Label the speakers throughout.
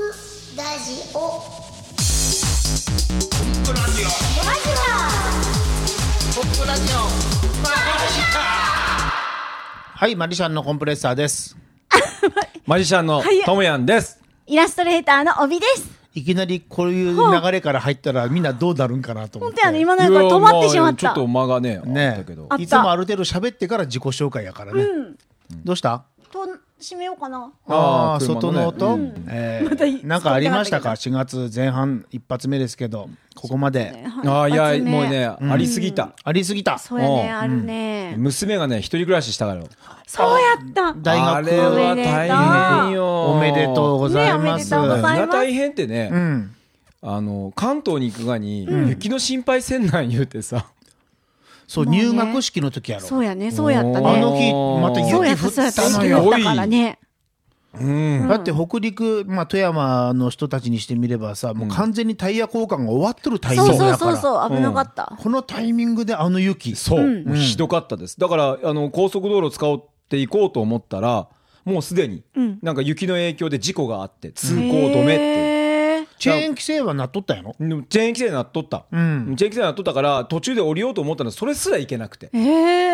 Speaker 1: ラジオ
Speaker 2: ポップラジオ
Speaker 1: ラジ
Speaker 2: ポップラジオ
Speaker 3: はい、マリシャンのコンプレッサーです。
Speaker 4: マジシャンの
Speaker 5: い
Speaker 4: トムヤンです。
Speaker 5: イラストレーターの帯です。
Speaker 3: いきなりこういう流れから入ったらみんなどうなるんかなと思っ
Speaker 5: 本
Speaker 3: て。
Speaker 5: 当やね、今
Speaker 4: い
Speaker 5: なんか
Speaker 4: や
Speaker 5: 止まってしまっ
Speaker 4: ちょ
Speaker 5: た。
Speaker 4: っと間がね、あった
Speaker 3: ね
Speaker 4: けど
Speaker 5: あ。った
Speaker 3: いつもある程度喋ってから自己紹介やからね。どうした
Speaker 5: と、閉めようかな。
Speaker 3: あ
Speaker 4: あー
Speaker 3: あー、外の音、
Speaker 4: 車の
Speaker 3: え
Speaker 5: またい
Speaker 3: ー、なんかありましたか
Speaker 5: 使
Speaker 3: ?4 月前半一発目ですけど、ここまで。
Speaker 4: ああ、い
Speaker 5: は
Speaker 4: や、
Speaker 5: 一発目
Speaker 4: もうね、。ありすぎた。
Speaker 3: ありすぎた。
Speaker 5: そうやね、
Speaker 4: うん
Speaker 5: あるね。
Speaker 4: 娘がね、一人暮らししたから。
Speaker 5: そうやった。
Speaker 3: 大学
Speaker 4: あれは大変よ。
Speaker 3: おめでとうございます。
Speaker 5: ねおめでとうございます
Speaker 4: 何が大変って
Speaker 3: う
Speaker 4: ね、
Speaker 3: ん。
Speaker 4: あの、関東に行くがに、雪の心配せんなん言うてさ。
Speaker 3: そう、
Speaker 5: もうね
Speaker 3: 入学式の時やろ。
Speaker 5: そうやね、そうやった
Speaker 3: あ
Speaker 4: あ
Speaker 3: の
Speaker 5: ね。
Speaker 3: 日、また
Speaker 5: そうやっ
Speaker 3: 雪
Speaker 5: た、
Speaker 3: 降
Speaker 5: そうや
Speaker 3: っ
Speaker 5: った。
Speaker 3: たの
Speaker 5: 雪
Speaker 3: よ
Speaker 5: だ。からね。
Speaker 4: うん。
Speaker 3: だって北陸、まあ、富山の人たちにしてみればさ、もう完全にタイヤ交換が終わってるタイミン
Speaker 5: そ
Speaker 3: グ
Speaker 5: うそう
Speaker 3: だか
Speaker 5: そう
Speaker 3: ら
Speaker 5: そう、危なかった。
Speaker 3: このタイミングであの雪
Speaker 4: そう、もうひどかったです。だから、あの、高速道路使おうって行こうと思ったら、もうすでに、なんか雪の影響で事故があって、通行止めって。
Speaker 5: めって。
Speaker 3: チェーン規制はなっとったやろ
Speaker 4: でもチェーン規制になっとった、
Speaker 3: ん
Speaker 4: チェーン規制になっとったから途中で降りようと思ったのそれすら行けなくて、
Speaker 5: え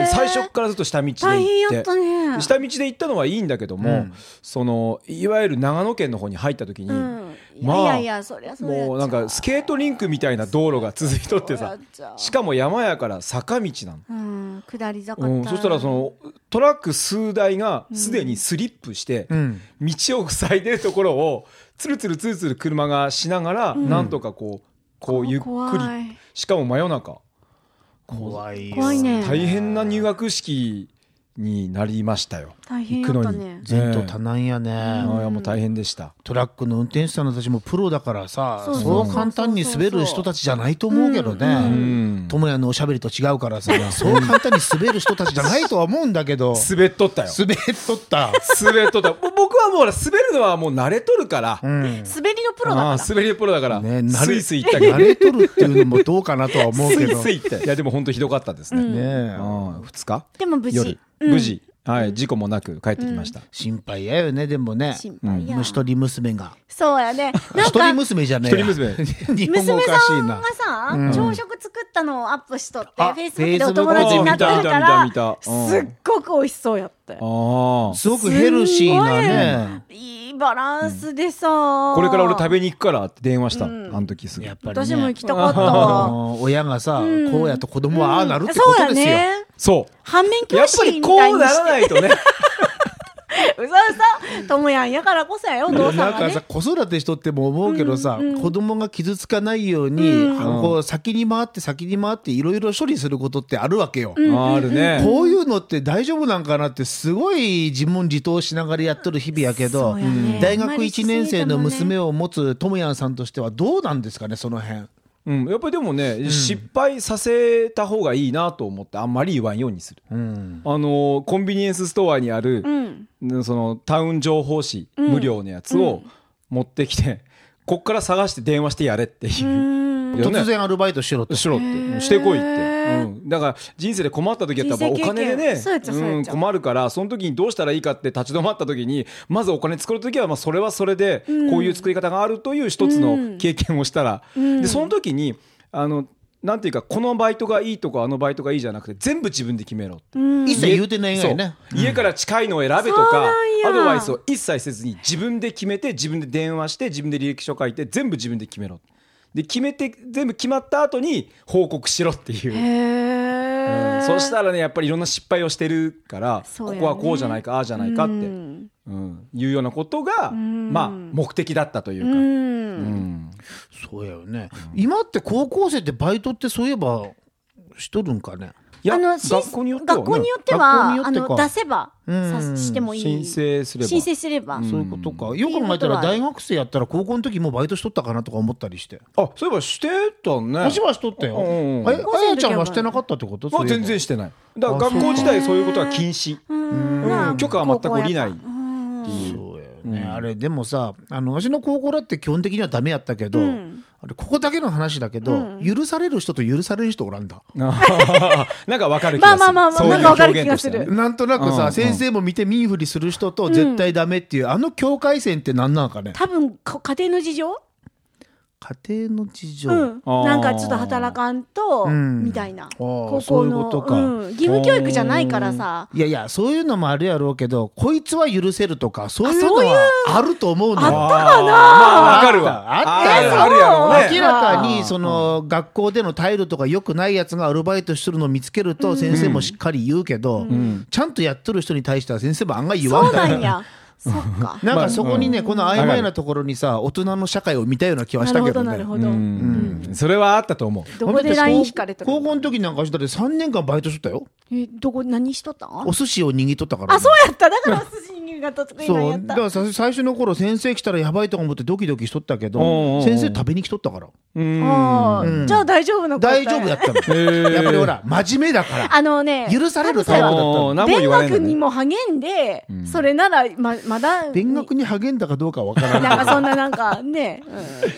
Speaker 5: え。
Speaker 4: 最初からずっと下道で行って
Speaker 5: 大変やったね
Speaker 4: 下道で行ったのはいいんだけども、そのいわゆる長野県の方に入った時に、
Speaker 5: うん。い
Speaker 4: まあ
Speaker 5: やいやいや、そりゃそうやっちゃう。
Speaker 4: もうなんかスケートリンクみたいな道路が続いとってさ
Speaker 5: そうやっちゃう
Speaker 4: しかも山やから坂道なの、
Speaker 5: うん、下り坂
Speaker 4: うん、そしたらそのトラック数台がすでにスリップして、
Speaker 3: ん
Speaker 4: 道を塞いでるところをつるつるつるつる車がしながら、なんとかこうこうゆっく
Speaker 5: 怖
Speaker 4: り
Speaker 5: い
Speaker 4: しかも真夜中
Speaker 3: 怖いよ
Speaker 5: 怖いね。
Speaker 4: 大変な入学式になりましたよ
Speaker 5: 大変や
Speaker 4: 行く
Speaker 5: った
Speaker 4: のに
Speaker 5: ね。
Speaker 3: 前途多難やね、
Speaker 4: ああもう大変でした
Speaker 3: トラックの運転手さんたちもプロだからさそ
Speaker 5: そううそうそう
Speaker 3: 簡単に滑る人たちじゃないと思うけどね
Speaker 4: ん
Speaker 3: 智也、のおしゃべりと違うからさそう簡単に滑る人たちじゃないとは思うんだけど
Speaker 4: 滑っとったよ
Speaker 3: 滑っとった、
Speaker 4: 滑っとった ぼ僕はもうほら滑るのはもう慣れとるから、
Speaker 3: うん
Speaker 5: 滑りのプロだ
Speaker 4: あ
Speaker 5: か
Speaker 4: あ滑りプロだから、
Speaker 3: ね慣
Speaker 4: ス
Speaker 3: れ
Speaker 4: イスイ行ったけど
Speaker 3: 慣れとるっていうのもどうかなとは思う
Speaker 4: ス
Speaker 3: け
Speaker 4: イ
Speaker 3: ど
Speaker 4: スイっていやでも本当ひどかったですね、
Speaker 3: ねえ
Speaker 4: うん、2日
Speaker 5: ら。でも無事
Speaker 4: 夜。無事、はい、事故もなく帰ってきました、
Speaker 3: 心配やよねでもね
Speaker 5: 心配や。
Speaker 3: 一人娘が
Speaker 5: そ うやね。
Speaker 3: 一人
Speaker 5: なんか、
Speaker 3: 娘じゃねえや
Speaker 4: 一人
Speaker 3: 日本語お
Speaker 5: 娘
Speaker 3: かしい
Speaker 5: さん
Speaker 3: な
Speaker 5: がさ、朝食作ったのをアップしとって、フ
Speaker 3: あ
Speaker 5: ェイスブックでお友達になってるか
Speaker 4: Facebook あ見た
Speaker 5: ら
Speaker 4: 見、た見た見
Speaker 5: す
Speaker 4: たう
Speaker 5: っ
Speaker 4: ん
Speaker 5: ごく美味しそうやって。
Speaker 4: ああ
Speaker 3: すごくヘルシーなね
Speaker 5: いいバランスでさ。
Speaker 4: これから俺食べに行くからって電話した、あの時すぐ
Speaker 3: やっぱりね
Speaker 5: 私も行きたかった
Speaker 3: あ
Speaker 5: わ。
Speaker 3: の親がさこうやと子供はああなるって
Speaker 5: そ
Speaker 3: こ
Speaker 5: う
Speaker 3: と
Speaker 5: や
Speaker 3: ですよ
Speaker 5: ね。
Speaker 4: そう
Speaker 5: 反面
Speaker 4: や
Speaker 5: 教
Speaker 4: っぱ
Speaker 5: 師
Speaker 4: り
Speaker 5: み
Speaker 4: こ
Speaker 5: たいうに
Speaker 4: な
Speaker 5: し
Speaker 4: ら
Speaker 5: て。
Speaker 4: ないと ね
Speaker 5: うざうざ。ともやんやからこそやよ、お父さ
Speaker 3: なん
Speaker 5: んが
Speaker 3: か
Speaker 5: ね
Speaker 3: さ。子育てしとっても思うけどさ子供が傷つかないようにこう先に回って先に回っていろいろ処理することってあるわけよ
Speaker 4: あるね
Speaker 3: こういうのって大丈夫なんかなってすごい自問自答しながらやっとる日々やけど
Speaker 5: そうやね
Speaker 3: 大
Speaker 5: あん
Speaker 3: 学
Speaker 5: まりし
Speaker 3: 1
Speaker 5: すぎてもね
Speaker 3: 年生の娘を持つともやんさんとしてはどうなんですかねその辺
Speaker 4: うん、やっぱりでもね、失敗させた方がいいなと思ってあんまり言わんようにする、あのーコンビニエンスストアにある、そのタウン情報誌、無料のやつを持ってきてこっから探して電話してやれっていう、よね
Speaker 3: 突然アルバイトしろと
Speaker 4: しろって、してこいって、うん、だから人生で困った時やったらお
Speaker 5: 人生経験
Speaker 4: 金でね
Speaker 5: そうやっちゃそうやっちゃ
Speaker 4: 困るからその時にどうしたらいいかって立ち止まった時にまずお金作る時はまあそれはそれでこういう作り方があるという一つの経験をしたら、でその時にあのなんていうかこのバイトがいいとかあのバイトがいいじゃなくて全部自分で決めろって。
Speaker 3: 一切言うてないがよね
Speaker 4: そう家から近いのを選べと
Speaker 5: そう
Speaker 4: か
Speaker 5: なんや
Speaker 4: アドバイスを一切せずに自分で決めて自分で電話して自分で履歴書書いて全部自分で決めろで決めて全部決まった後に報告しろっていう、う
Speaker 5: へー
Speaker 4: んそうしたらねやっぱりいろんな失敗をしてるから、
Speaker 5: そう
Speaker 4: こ
Speaker 5: やね
Speaker 4: こはこうじゃないかああじゃないかって、う
Speaker 5: うんん
Speaker 4: いうようなことが、まあ、目的だったというか、
Speaker 5: うん。
Speaker 3: そうやよね、今って高校生ってバイトってそういえばしとるんかね
Speaker 4: いや
Speaker 5: あのし
Speaker 4: 学校によっては、ね、
Speaker 5: 学校によっては
Speaker 3: 学校
Speaker 5: あ
Speaker 3: によってか
Speaker 5: の出せばさ
Speaker 3: うん
Speaker 5: してもいい
Speaker 4: 申請すれば
Speaker 5: 申請すれば
Speaker 3: そういうことか、よく考えた
Speaker 5: っていうこと
Speaker 3: ら
Speaker 5: はある
Speaker 3: 大学生やったら高校の時もうバイトしとったかなとか思ったりして
Speaker 4: あそういえばしてたね
Speaker 3: 私はしとったよ、
Speaker 4: うんうんうん
Speaker 3: あやあやちゃんはしてなかったってこと
Speaker 4: ま
Speaker 3: そ
Speaker 4: あ
Speaker 3: ういえば
Speaker 4: 全然してないだから学校自体そういうことは禁止、
Speaker 5: な
Speaker 4: う
Speaker 5: あ
Speaker 4: ん許可は全く下りない
Speaker 5: 高校やからうん
Speaker 3: そうやよね、あれでもさあの私の高校だって基本的にはダメやったけど、あれここだけの話だけど、許される人と許される人おらんだ。
Speaker 4: なんかわかる気がする。
Speaker 5: まあままあまあ
Speaker 4: そういう
Speaker 5: なんかわかる気がする
Speaker 4: 表現としてね
Speaker 3: なんとなく
Speaker 4: うんう
Speaker 3: さ、
Speaker 4: ん
Speaker 3: 先生も見て見振りする人と絶対ダメっていう、あの境界線って何なんかね。
Speaker 5: 多分こ家庭の事情
Speaker 3: 家庭の事情。
Speaker 5: うん、
Speaker 4: あー
Speaker 5: なんかちょっと働かんと、
Speaker 3: うん
Speaker 5: みたいな
Speaker 3: ー
Speaker 5: 高
Speaker 3: そ
Speaker 5: 校
Speaker 3: ういう
Speaker 5: の
Speaker 3: ことか
Speaker 5: うん、義務教育じゃないからさ
Speaker 3: いやいや、そういうのもあるやろうけど、こいつは許せるとか、そういうの
Speaker 5: あそういう
Speaker 3: はあると思うのよ。
Speaker 4: あったかなまあわかるわ。
Speaker 3: あった
Speaker 4: あ
Speaker 3: あった
Speaker 4: るあるやろうね。
Speaker 3: 明らかにその学校での態度とか良くないやつがアルバイトしてるのを見つけると先生もしっかり言うけど、ちゃんとやっとる人に対しては先生も案外言わ
Speaker 5: そ
Speaker 3: ん
Speaker 5: うな
Speaker 3: だよ
Speaker 5: んやそっか
Speaker 3: なんかそこにね、この曖昧なところにさ大人の社会を見たような気はし
Speaker 5: な
Speaker 3: た
Speaker 5: る
Speaker 3: け
Speaker 5: ほ
Speaker 3: ど
Speaker 5: ど
Speaker 3: ね
Speaker 5: なるほど、
Speaker 4: うんそれはあったと思う。
Speaker 5: どこでライン引かれた
Speaker 3: 高
Speaker 5: の
Speaker 3: 校の時なんかしたって3年間バイトしとったよ
Speaker 5: えどこ何しとったん
Speaker 3: お寿司を握っとったから、
Speaker 5: あそうやっただからお寿司人間が得意なん
Speaker 3: そ
Speaker 5: や
Speaker 3: う
Speaker 5: っ
Speaker 3: だ
Speaker 5: た
Speaker 3: からさ最初の頃先生来たらやばいとか思ってドキドキしとったけど
Speaker 4: おうおうおう
Speaker 3: 先生食べに来とったから
Speaker 5: あーじゃあ大丈夫なこと
Speaker 3: 大丈夫やったのやっぱりほら真面目だから
Speaker 5: あのね
Speaker 3: 許される
Speaker 5: 多分
Speaker 3: タイプだった
Speaker 5: さ
Speaker 3: の
Speaker 4: おー何も
Speaker 5: 勉
Speaker 4: 言われん
Speaker 5: 学
Speaker 4: のね
Speaker 5: にも励んで、それならままだ
Speaker 3: 勉学に励んだかどうかわからない
Speaker 5: なんかそんななんかね、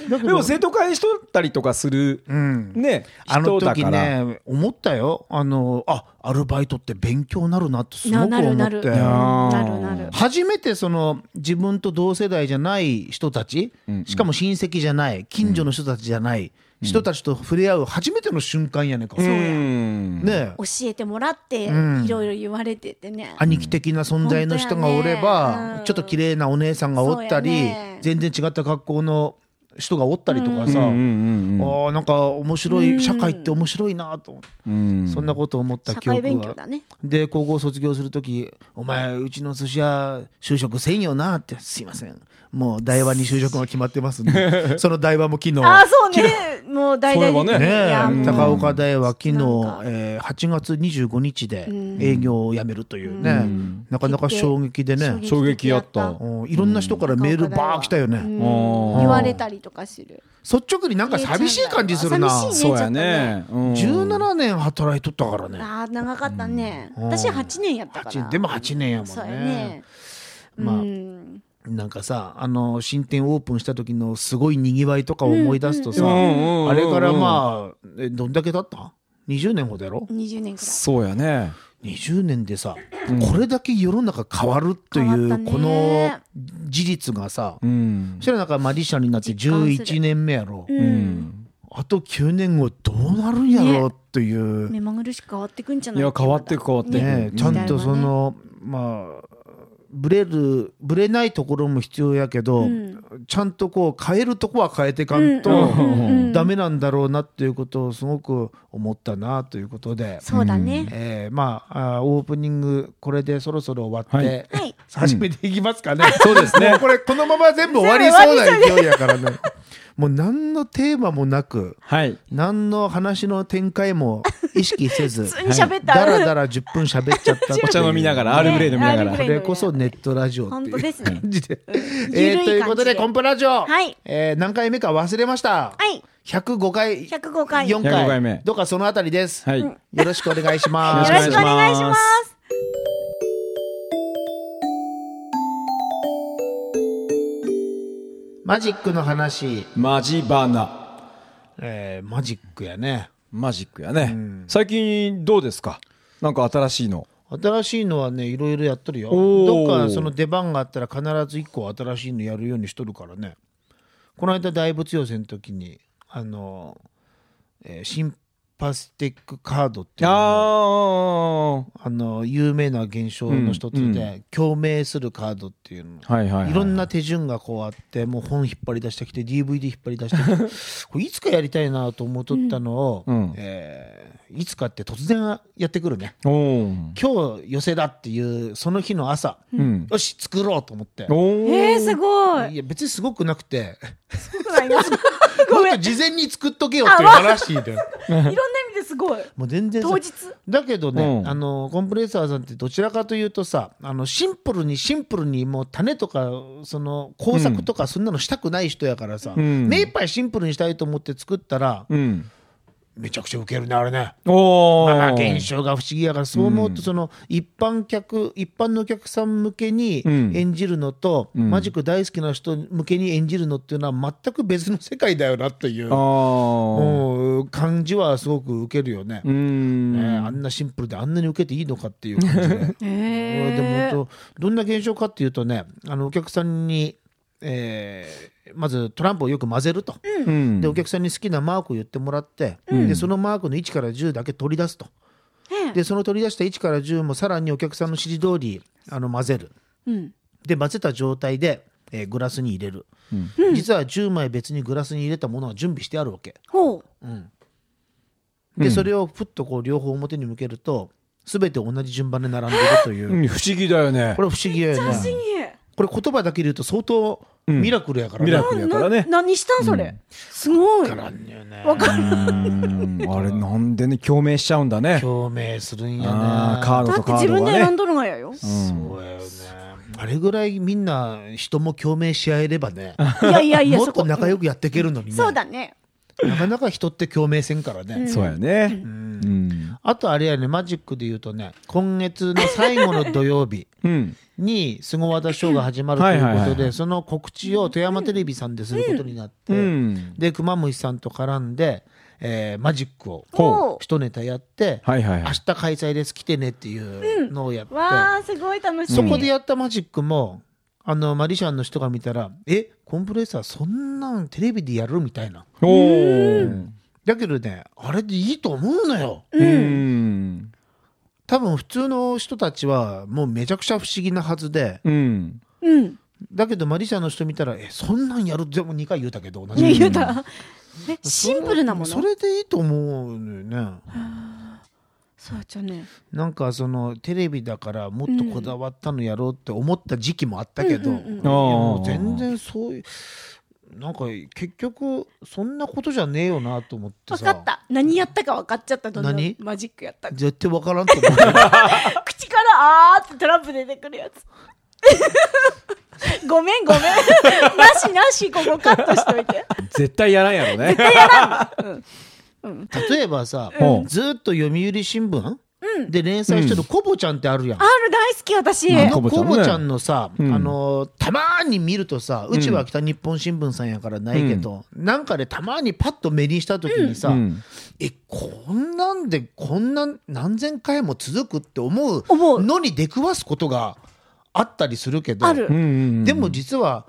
Speaker 3: だけ
Speaker 4: で
Speaker 3: ど
Speaker 4: も生徒会しとったりとかする
Speaker 3: うん、
Speaker 4: ね、
Speaker 3: あの
Speaker 4: 人だ
Speaker 3: 時
Speaker 4: から。
Speaker 3: ね思ったよあのあアルバイトって勉強になるなって
Speaker 5: う
Speaker 3: す
Speaker 5: ん
Speaker 3: ごく
Speaker 5: な
Speaker 3: 思
Speaker 5: な
Speaker 3: っ
Speaker 5: るなるうん
Speaker 3: て
Speaker 5: なるなる
Speaker 3: 初めてその自分と同世代じゃない人たち、しかも親戚じゃない近所の人たちじゃない、人たちと触れ合う初めての瞬間やねんか、
Speaker 4: う
Speaker 3: ね
Speaker 4: ん。
Speaker 3: え
Speaker 5: 教えてもらって
Speaker 3: うん
Speaker 5: いろいろ言われててね、
Speaker 3: 兄貴的な存在の人がおれば、
Speaker 5: 本当やねうん
Speaker 3: ちょっと綺麗なお姉さんがおったり、
Speaker 5: そうやね
Speaker 3: 全然違った格好の人がおったりとかさ、
Speaker 4: うんうん
Speaker 3: ああなんか面白い、社会って面白いなと思って、
Speaker 4: うんうん
Speaker 3: そんなことを思った
Speaker 5: 社
Speaker 3: 記憶
Speaker 5: 会
Speaker 3: が
Speaker 5: 勉強だね
Speaker 3: で高校卒業する時「お前うちの寿司屋就職せんよな」って「すいませんもう台湾に就職が決まってますんで その台湾も昨日
Speaker 5: ああそうねもう大々
Speaker 4: そういえば
Speaker 5: い
Speaker 4: ね
Speaker 5: や
Speaker 3: ねえ
Speaker 5: もう
Speaker 3: 高岡大は昨日
Speaker 5: なんか、
Speaker 3: えー8月25日で営業を辞めるというね、なかなか衝撃でね、
Speaker 4: 衝撃やった。
Speaker 3: うんいろんな人からメールバー来たよね、
Speaker 5: うん
Speaker 4: 言
Speaker 5: 言われたりとかする
Speaker 3: 率直になんか寂しい感じするな、
Speaker 5: 寂しいね
Speaker 4: そうやね。うん
Speaker 3: 17年働いとったからね
Speaker 5: ああ長かったね、
Speaker 3: うん
Speaker 5: 私8年やったから
Speaker 3: 8でも8年やもんね
Speaker 5: そうやね
Speaker 3: まあ
Speaker 5: うん
Speaker 3: なんかさあの新店オープンした時のすごいにぎわいとかを思い出すとさ、
Speaker 4: うんうん
Speaker 3: あれからまあえどんだけ経った20年ほどやろ
Speaker 5: 20年くらい
Speaker 4: そうやね。
Speaker 3: 20年でさ、これだけ世の中変わるとい
Speaker 5: 変わ
Speaker 3: う
Speaker 5: ったね
Speaker 3: この事実がさ、
Speaker 4: うん
Speaker 3: そし。たらなんかマジシャンになって
Speaker 5: 実感する
Speaker 3: 11年目やろ、
Speaker 4: うん
Speaker 3: あと9年後どうなるんやろうっていう、ね
Speaker 5: 目まぐるしく変わってくんじゃない
Speaker 4: いや、変わってく変わってく。
Speaker 3: えちゃんとその、まあブレるブレないところも必要やけど、
Speaker 5: ん
Speaker 3: ちゃんとこう変えるとこは変えてかんと、
Speaker 4: うん
Speaker 3: ダメなんだろうなっていうことをすごく思ったなということで。
Speaker 5: そうだね、
Speaker 3: えーまああーオープニングこれでそろそろ終わって、
Speaker 5: はいはい
Speaker 3: 始めていきますかね、
Speaker 4: そうですね
Speaker 3: もうこれこのまま全部終わりそうな勢いやからねもう何のテーマもなく
Speaker 4: はい。
Speaker 3: 何の話の展開も意識せず
Speaker 5: 普通に喋った
Speaker 3: だらだら10分喋っちゃったっていう
Speaker 4: お茶飲みながら、アールグレイ飲みながら。
Speaker 5: ねアールグレイ
Speaker 3: これこそネットラジオって
Speaker 5: 本
Speaker 3: い
Speaker 5: 当
Speaker 3: う
Speaker 5: ですね
Speaker 3: 感じで、
Speaker 5: 緩い
Speaker 3: えー
Speaker 5: 感じで
Speaker 3: ということでコンプラジオ、
Speaker 5: はい
Speaker 3: えー何回目か忘れました、
Speaker 5: はい
Speaker 3: 105回
Speaker 5: 105回
Speaker 3: 4回
Speaker 4: 105回目
Speaker 3: どうかそのあたりです、
Speaker 4: はい。
Speaker 3: よろしくお願いし
Speaker 5: よ
Speaker 3: ま
Speaker 5: ろ
Speaker 3: す
Speaker 5: しくお願いします
Speaker 3: マジックの話、
Speaker 4: マジバナ。
Speaker 3: えーマジックやね
Speaker 4: マジックやね。最近どうですかなんか新しいの。
Speaker 3: 新しいのはねいろいろやっとるよ
Speaker 4: おー
Speaker 3: どっかその出番があったら必ず1個新しいのやるようにしとるからねこの間大仏寄せの時にあの、えーシンパスティックカードっていうのが
Speaker 4: あ
Speaker 3: あの有名な現象の一つで、
Speaker 4: うん
Speaker 3: 共鳴するカードっていうの、
Speaker 4: あ。はいはいい。
Speaker 3: ろんな手順がこうあってもう本引っ張り出してきて DVD 引っ張り出して きてこれいつかやりたいなと思っとったのを、
Speaker 4: うん
Speaker 3: えーいつかって突然やってくるね
Speaker 4: おー
Speaker 3: 今日寄せだっていうその日の朝、
Speaker 4: うん。
Speaker 3: よし作ろうと思って
Speaker 4: おー
Speaker 5: えー、すごい
Speaker 3: いや別にすごくなくて
Speaker 5: すごく ないない
Speaker 3: もっと事前に作っとけよっていう話で
Speaker 5: ろんな意味ですごい
Speaker 3: もう全然さ
Speaker 5: 当日
Speaker 3: だけどね、
Speaker 4: うん
Speaker 3: あのコンプレッサーさんってどちらかというとさあのシンプルにシンプルにもう種とかその工作とかそんなのしたくない人やからさ、
Speaker 4: うん
Speaker 3: 目いっぱいシンプルにしたいと思って作ったら、
Speaker 4: うん。
Speaker 3: めちゃくちゃウケるねあれね。
Speaker 4: お
Speaker 3: まあまあ
Speaker 4: ー
Speaker 3: 現象が不思議やからそう思うとその一般客一般のお客さん向けに
Speaker 4: うん
Speaker 3: 演じるのと、マジック大好きな人向けに演じるのっていうのは全く別の世界だよなっていう
Speaker 4: あー
Speaker 3: うん感じはすごく受けるよね。
Speaker 4: うーん
Speaker 3: ねあんなシンプルであんなに受けていいのかっていう 感じで。
Speaker 5: え
Speaker 3: でも本当どんな現象かっていうとねあのお客さんに、えーまずトランプをよく混ぜると、
Speaker 4: うん
Speaker 3: でお客さんに好きなマークを言ってもらって、でそのマークの1から10だけ取り出すと、
Speaker 5: ええ
Speaker 3: でその取り出した1から10もさらにお客さんの指示通りあの混ぜる
Speaker 5: うん
Speaker 3: で混ぜた状態で、えーグラスに入れる、実は10枚別にグラスに入れたものは準備してあるわけ
Speaker 5: ほう
Speaker 3: でそれをふっとこう両方表に向けると全て同じ順番で並んでるという
Speaker 4: うん不思議だよね
Speaker 3: これ不思議やよね。
Speaker 5: 不思議
Speaker 3: これ言葉だけで言うと相当ミラクルやからね、
Speaker 4: ミラクルやからね
Speaker 5: な何したんそれ、すごい
Speaker 3: なんだよね
Speaker 5: わかる
Speaker 4: うんあれなんでね共鳴しちゃうんだね
Speaker 3: 共鳴するんや
Speaker 4: あ
Speaker 3: ね
Speaker 4: ーカード
Speaker 5: だ
Speaker 4: と
Speaker 5: って
Speaker 4: カ
Speaker 5: 自
Speaker 4: ード
Speaker 5: 分で
Speaker 4: が
Speaker 5: 選
Speaker 4: ね
Speaker 5: んどるがやよ、
Speaker 3: そうやよねあれぐらいみんな人も共鳴し合えればね
Speaker 5: いやいやいや
Speaker 3: も
Speaker 5: そ
Speaker 3: っ
Speaker 5: こと
Speaker 3: 仲良くやっていけるのにね
Speaker 5: そうだね
Speaker 3: なかなか人って共鳴せんからね、
Speaker 4: そうやねうん
Speaker 3: あとあれやねマジックで言うとね今月の最後の土曜日
Speaker 4: うん
Speaker 3: に凄和田ショーが始まると
Speaker 4: はいいうはいはい
Speaker 3: ことでその告知を富山テレビさんですることになって、
Speaker 4: うん
Speaker 3: で熊虫さんと絡んで、えーマジックを
Speaker 5: ほう
Speaker 3: 一ネタやって、
Speaker 4: はいはいは
Speaker 3: 明
Speaker 4: い
Speaker 3: 日開催です来てねっていうのをやって、
Speaker 5: わあすごい楽しみ
Speaker 3: そこでやったマジックもあのマリシャンの人が見たら「えコンプレッサーそんなんテレビでやる?」みたいな
Speaker 4: おー
Speaker 3: だけどねあれでいいと思うのよ
Speaker 4: うん
Speaker 3: 多分普通の人たちはもうめちゃくちゃ不思議なはずで
Speaker 4: うん
Speaker 5: うん
Speaker 3: だけどマリシャンの人見たら「えそんなんやる?」でも2回言うたけど同じ
Speaker 5: ね言うたえシンプルなもの
Speaker 3: それでいいと思うのよね
Speaker 5: そうじゃね
Speaker 3: なんかそのテレビだからもっとこだわったのやろうって思った時期もあったけど、いやもう全然そういうなんか結局そんなことじゃねえよなと思って
Speaker 5: 分
Speaker 3: さ
Speaker 5: かった何やったか分かっちゃったどんな
Speaker 3: 何
Speaker 5: マジックやったか
Speaker 3: 絶対分からんと思う
Speaker 5: 口からあーってトランプ出てくるやつ ごめん ごめんなしなしここカットしといて
Speaker 4: 絶対やらんやろね
Speaker 3: 例えばさ、
Speaker 4: うん
Speaker 3: ずーっと読売新聞、で連載してるコボちゃんってあるやん、
Speaker 5: ある大好き私
Speaker 4: な
Speaker 3: あの
Speaker 4: んコボちゃ
Speaker 3: コ
Speaker 4: んね
Speaker 3: ボちゃんのさ、
Speaker 4: うん
Speaker 3: あのーたまーに見るとさ、うちは北日本新聞さんやからないけど、なんかでたまーにパッと目にした時にさ、
Speaker 4: うん
Speaker 3: えこんなんでこんな何千回も続くって思う
Speaker 5: 思う
Speaker 3: のに出くわすことがあったりするけど
Speaker 5: ある
Speaker 4: うんうん
Speaker 3: でも実は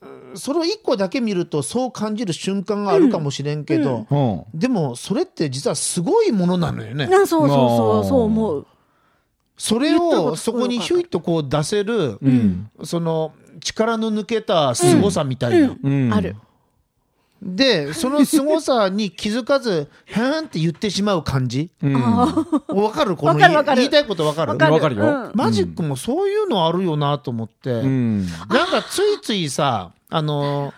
Speaker 3: うんその1個だけ見るとそう感じる瞬間があるかもしれんけど、
Speaker 4: うん
Speaker 3: でもそれって実はすごいものなのよね。
Speaker 5: なそうそうそうそう思う
Speaker 3: それをそこにひゅいっとこう出せる、その力の抜けた凄さみたいな。
Speaker 4: うん
Speaker 5: ある
Speaker 3: でその凄さに気づかず「へーん」って言ってしまう感じ。
Speaker 4: うん
Speaker 3: わかるこの
Speaker 5: わかるわかる
Speaker 3: 言いたいことわかる
Speaker 5: わかる
Speaker 4: わかるよ
Speaker 5: うん
Speaker 3: マジックもそういうのあるよなと思って、
Speaker 4: うん
Speaker 3: なんかついついさあの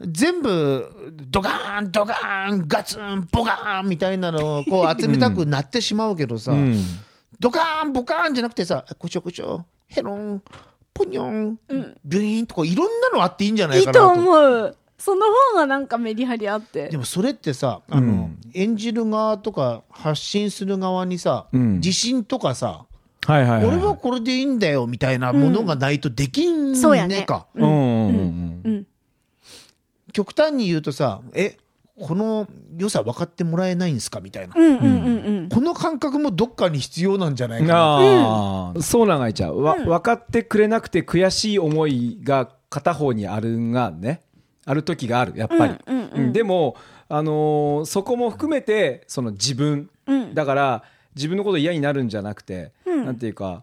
Speaker 3: 全部ドカーンドカーンガツンボカーンみたいなのをこう集めたくなってしまうけどさ、
Speaker 4: うん
Speaker 3: ドカーンボカーンじゃなくてさこちょこちょヘロンポニョン、ビュイーンとかいろんなのあっていいんじゃない
Speaker 5: いい
Speaker 3: かなと
Speaker 5: と思うその方がなんかメリハリあって
Speaker 3: でもそれってさあの、演じる側とか発信する側にさ、
Speaker 4: うん
Speaker 3: 自信とかさ
Speaker 4: はいはいい
Speaker 3: 俺はこれでいいんだよみたいなものがないとできんね
Speaker 5: そうやね
Speaker 3: えか、
Speaker 4: うんうんうん
Speaker 5: うん
Speaker 3: 極端に言うとさえこの良さ分かってもらえないんですかみたいな、
Speaker 5: うんうんうんうん
Speaker 3: この感覚もどっかに必要なんじゃないかな
Speaker 4: ああ、そうなんがいちゃう。わ、分かってくれなくて悔しい思いが片方にあるんがね、ある時がある、やっぱり。
Speaker 5: うんうんうん
Speaker 4: うんでも、あのーそこも含めて、その自分、
Speaker 5: うん
Speaker 4: だから、自分のこと嫌になるんじゃなくて、なんていうか、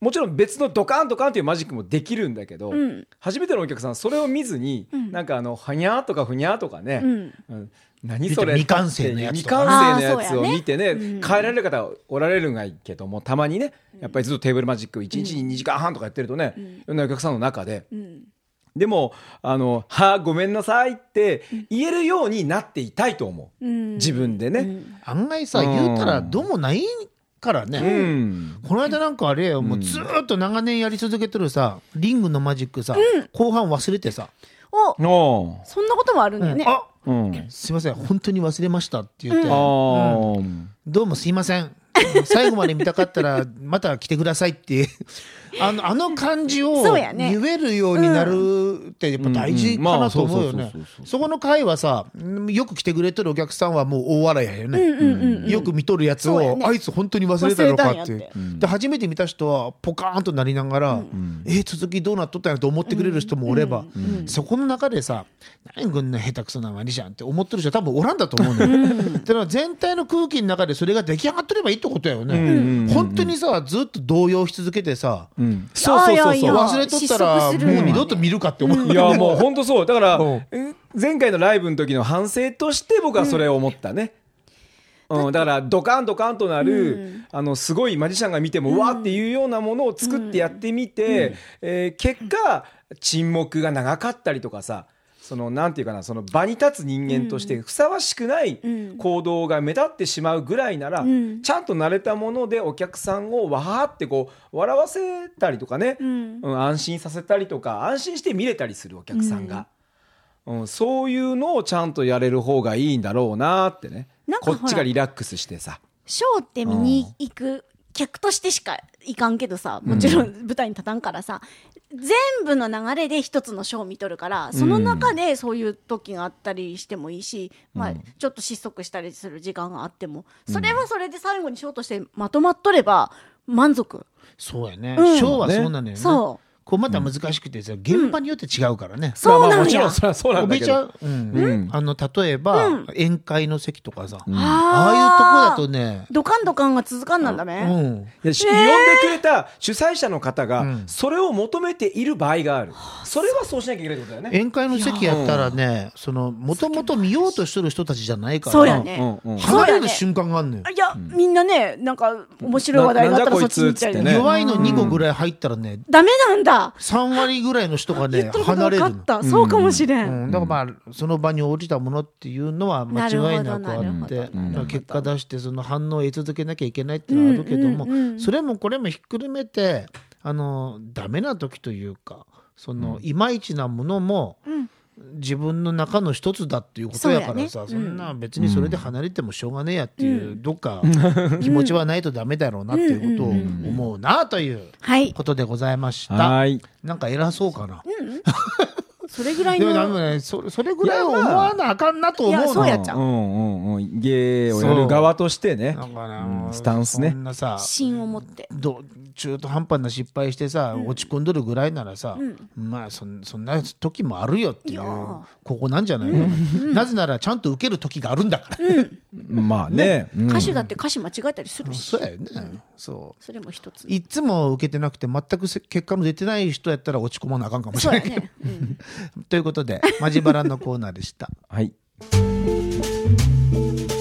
Speaker 4: もちろん別のドカンドカンっていうマジックもできるんだけど、
Speaker 5: ん
Speaker 4: 初めてのお客さんそれを見ずに、なんかあのはにゃーとかふにゃーとかね、
Speaker 5: うん
Speaker 4: うん何それ
Speaker 3: 未完成のやつ
Speaker 4: 未
Speaker 3: とか
Speaker 4: 完
Speaker 5: ね
Speaker 4: 成のやつ
Speaker 5: あーそう
Speaker 4: を
Speaker 5: やね
Speaker 4: 見てね変えられる方おられるんがいいけどもたまにねやっぱりずっとテーブルマジック1日に2時間半とかやってるとねいろんなお客さんの中で
Speaker 5: うん
Speaker 4: でも「あのはあごめんなさい」って言えるようになっていたいと思う
Speaker 5: うん
Speaker 4: 自分でね。
Speaker 3: 案外さ
Speaker 4: うん
Speaker 3: 言うたらどうもないから
Speaker 4: う
Speaker 3: ね、
Speaker 4: ん
Speaker 3: この間なんかあれよもうずーっと長年やり続けてるさリングのマジックさ、後半忘れてさ、
Speaker 5: お
Speaker 4: おー
Speaker 5: そんなこともあるんだよね
Speaker 3: あ
Speaker 4: うん。
Speaker 3: すいません本当に忘れましたって言って、
Speaker 4: あー
Speaker 3: どうもすいません最後まで見たかったらまた来てくださいってあのあの感じを
Speaker 5: そうやね
Speaker 3: 言えるようになるってやっぱ大事か
Speaker 4: うんうんま
Speaker 3: な
Speaker 4: あ
Speaker 3: と思うよね
Speaker 4: そうそうそうそう
Speaker 3: そこの回はさよく来てくれてるお客さんはもう大笑いやよね、よく見とるやつ
Speaker 5: そうや
Speaker 3: を、
Speaker 5: ね
Speaker 3: あいつ本当に忘れたのかっ
Speaker 5: 忘
Speaker 3: て
Speaker 5: れたんやって
Speaker 3: で初めて見た人はポカーンとなりながら、えー続きどうなっとったんやと思ってくれる人もおれば、そこの中でさ何こんな下手くそなマジシャンって思ってる人は多分おらんだと思うのよ。だから全体の空気の中でそれが出来上がってればいいってことやよね。本当にさずっと動揺し続けてさ、
Speaker 4: うんそうそうそう
Speaker 5: いやいやい
Speaker 4: そう
Speaker 5: や。
Speaker 3: 忘れとったら
Speaker 5: 失速するよね
Speaker 3: もう二度と見るかって思う、
Speaker 4: いやもう本当そうだから、
Speaker 3: うん
Speaker 4: え前回のライブの時の反省として僕はそれを思ったね、うんだからドカンドカンとなる、あのすごいマジシャンが見ても、うわーっていうようなものを作ってやってみて、えー結果沈黙が長かったりとかさそのなんていうかなその場に立つ人間としてふさわしくない行動が目立ってしまうぐらいなら、
Speaker 5: ん
Speaker 4: ちゃんと慣れたものでお客さんをわーってこう笑わせたりとかね、
Speaker 5: うん
Speaker 4: うん、安心させたりとか安心して見れたりするお客さんが、うんそういうのをちゃんとやれる方がいいんだろうなってね
Speaker 5: なんか
Speaker 4: こ
Speaker 5: ほら
Speaker 4: っちがリラックスしてさ
Speaker 5: ショーって見に行く客としてしか行かんけどさもちろん舞台に立たんからさ、全部の流れで一つのショーを見とるからその中でそういう時があったりしてもいいし、まあ、ちょっと失速したりする時間があってもそれはそれで最後にショーとしてまとまっとれば満足、
Speaker 3: そうやね、
Speaker 5: うん
Speaker 3: ショーはそうなのよね
Speaker 5: そう
Speaker 3: こうまた難しくてさ現場によって違うからね、
Speaker 5: そう
Speaker 4: まあま
Speaker 5: な
Speaker 4: あ
Speaker 5: ん
Speaker 4: もち
Speaker 5: や、
Speaker 4: ろんそれは そうな
Speaker 3: お
Speaker 4: んだ
Speaker 3: び
Speaker 4: け
Speaker 3: ちゃ
Speaker 4: ど
Speaker 3: う、うんあの例えば、宴会の席とかさ、ああ
Speaker 5: あ
Speaker 3: いうとこだとね、
Speaker 5: ドカンドカンが続かんなんだね、
Speaker 3: うん、
Speaker 4: いやし呼んでくれた主催者の方がそれを求めている場合がある、それはそうしなきゃいけないってことだよね。
Speaker 3: 宴会の席やったらねそのもともと見ようとしてる人たちじゃないから
Speaker 5: そうやね、
Speaker 4: うんうん
Speaker 5: そう
Speaker 3: 離
Speaker 5: や
Speaker 3: れ
Speaker 5: ね
Speaker 3: る瞬間があるのよ、
Speaker 5: いや、みんなねなんか面白い話題があったら
Speaker 4: な
Speaker 5: そ
Speaker 4: な
Speaker 5: っ
Speaker 4: ん
Speaker 5: ち
Speaker 4: じ
Speaker 5: に
Speaker 4: ゃこいつ
Speaker 5: 行っちゃ
Speaker 4: っ
Speaker 5: う
Speaker 4: つ
Speaker 5: よ
Speaker 4: って
Speaker 5: ね
Speaker 4: ね
Speaker 3: 弱いの2個ぐらい入ったらね
Speaker 5: ダメなんだ
Speaker 3: 3割ぐらいの人がね
Speaker 5: 言っとること
Speaker 3: 離れ
Speaker 5: 分
Speaker 3: る
Speaker 5: か
Speaker 3: の
Speaker 5: った、そうかもしれん、
Speaker 3: うん、だからまあその場に応じたものっていうのは間違いなくあ
Speaker 5: なるほ
Speaker 3: っ
Speaker 5: ど
Speaker 3: て
Speaker 5: なるほど
Speaker 3: だから結果出してその反応を得続けなきゃいけないっていうのはあるけども、
Speaker 5: うんうんうん
Speaker 3: それもこれもひっくるめてあのダメな時というかそのいまいちなものも、
Speaker 5: ん
Speaker 3: 自分の中の一つだっていうことやからさそ,、
Speaker 5: そうやねうん
Speaker 3: んな別にそれで離れてもしょうがねえやっていう、どっか気持ちはないとダメだろうなっていうことを思うなという
Speaker 5: はい
Speaker 3: ことでございました。
Speaker 4: はい
Speaker 3: なんか偉そうかな。
Speaker 5: それぐらい
Speaker 3: でもで
Speaker 5: の
Speaker 3: もねそれそれぐらいは思わなあかんなと思う
Speaker 5: い
Speaker 3: の
Speaker 5: やそうやっちゃう
Speaker 4: うんうんうん芸をやる側としてね
Speaker 3: なんかね
Speaker 4: うんスタンスね
Speaker 3: そんなさ
Speaker 5: 芯を持って
Speaker 3: ど中途半端な失敗してさ、落ち込んどるぐらいならさ、まあそんそんな時もあるよっていう
Speaker 5: いやー
Speaker 3: ここなんじゃないの、なぜならちゃんと受ける時があるんだから、
Speaker 4: まあねうん
Speaker 5: 歌手だって歌詞間違えたりするし、
Speaker 3: そうやよね、そう
Speaker 5: それも一つ
Speaker 3: いつも受けてなくて全くせ結果の出てない人やったら落ち込まなあかんかもし
Speaker 5: そう
Speaker 3: れ
Speaker 5: や
Speaker 3: ない、
Speaker 5: ね、うん、
Speaker 3: ということでマジバランのコーナーで した
Speaker 4: はい。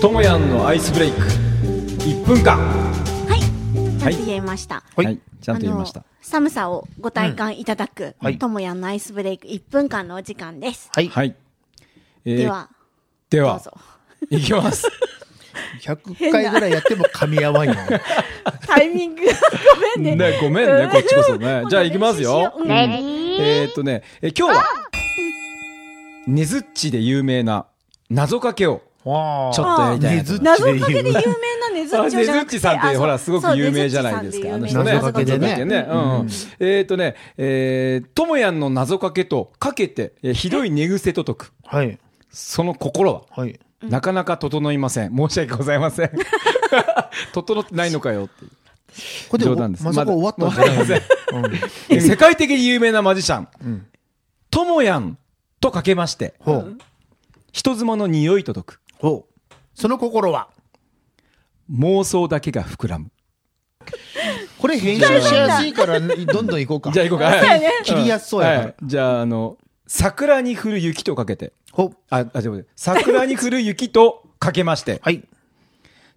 Speaker 4: ともやんのアイスブレイク1分間
Speaker 5: はいちゃんと言えました、
Speaker 3: はい
Speaker 4: ちゃんと言いました
Speaker 5: あの寒さをご体感いただく、
Speaker 3: はい
Speaker 5: ともやんのアイスブレイク1分間のお時間です、
Speaker 3: はい、
Speaker 4: はい、えー
Speaker 5: では
Speaker 4: で
Speaker 5: どう
Speaker 4: は
Speaker 5: ぞ
Speaker 4: いきます
Speaker 3: 100回ぐらいやっても噛み合わんよね
Speaker 5: タイミングごめんね
Speaker 4: ね、ごめんね、こっちこそね。じゃあ行きますよ。
Speaker 5: うん
Speaker 4: えーっとね、え今日は、ねずっちで有名な謎かけを
Speaker 3: わあ
Speaker 4: ちょっとやりたいな
Speaker 3: あ
Speaker 4: と。
Speaker 5: 謎かけで有名なねずっち
Speaker 4: あ
Speaker 5: をじゃ
Speaker 4: ね
Speaker 5: な
Speaker 4: ずっ
Speaker 5: くて
Speaker 4: ちさんって
Speaker 5: あそう
Speaker 4: ほらすご
Speaker 5: そ
Speaker 4: く
Speaker 5: う
Speaker 4: 有名じゃないですか。あの
Speaker 5: ねずっち
Speaker 4: 人
Speaker 5: さん
Speaker 3: 謎
Speaker 4: ね。
Speaker 5: って有名な
Speaker 3: かけでね
Speaker 4: ね。うんうん。えーっとね、えーともやんの謎かけとかけて、えーひどい寝癖と解く。
Speaker 3: はい
Speaker 4: その心は
Speaker 3: はい
Speaker 4: なかなか整いません。申し訳ございません。 整ってないのかよっていう
Speaker 3: これで
Speaker 4: 冗談です
Speaker 3: まさか終わったんじゃないよねうん
Speaker 4: え 世界的に有名なマジシャン、ともやんとかけまして、
Speaker 3: ほう
Speaker 4: 人妻の匂いと解く。
Speaker 3: ほうその心は
Speaker 4: 妄想だけが膨らむ。
Speaker 3: これ編集しやすいからねどんどん行こう
Speaker 4: じゃ
Speaker 3: か
Speaker 4: あ行こうか。はい
Speaker 3: 切りやすそうやから
Speaker 4: はいじゃあ、あの、桜に降る雪とかけて、
Speaker 3: ほう
Speaker 4: あ、あ、違う、桜に降る雪とかけまして、
Speaker 3: はい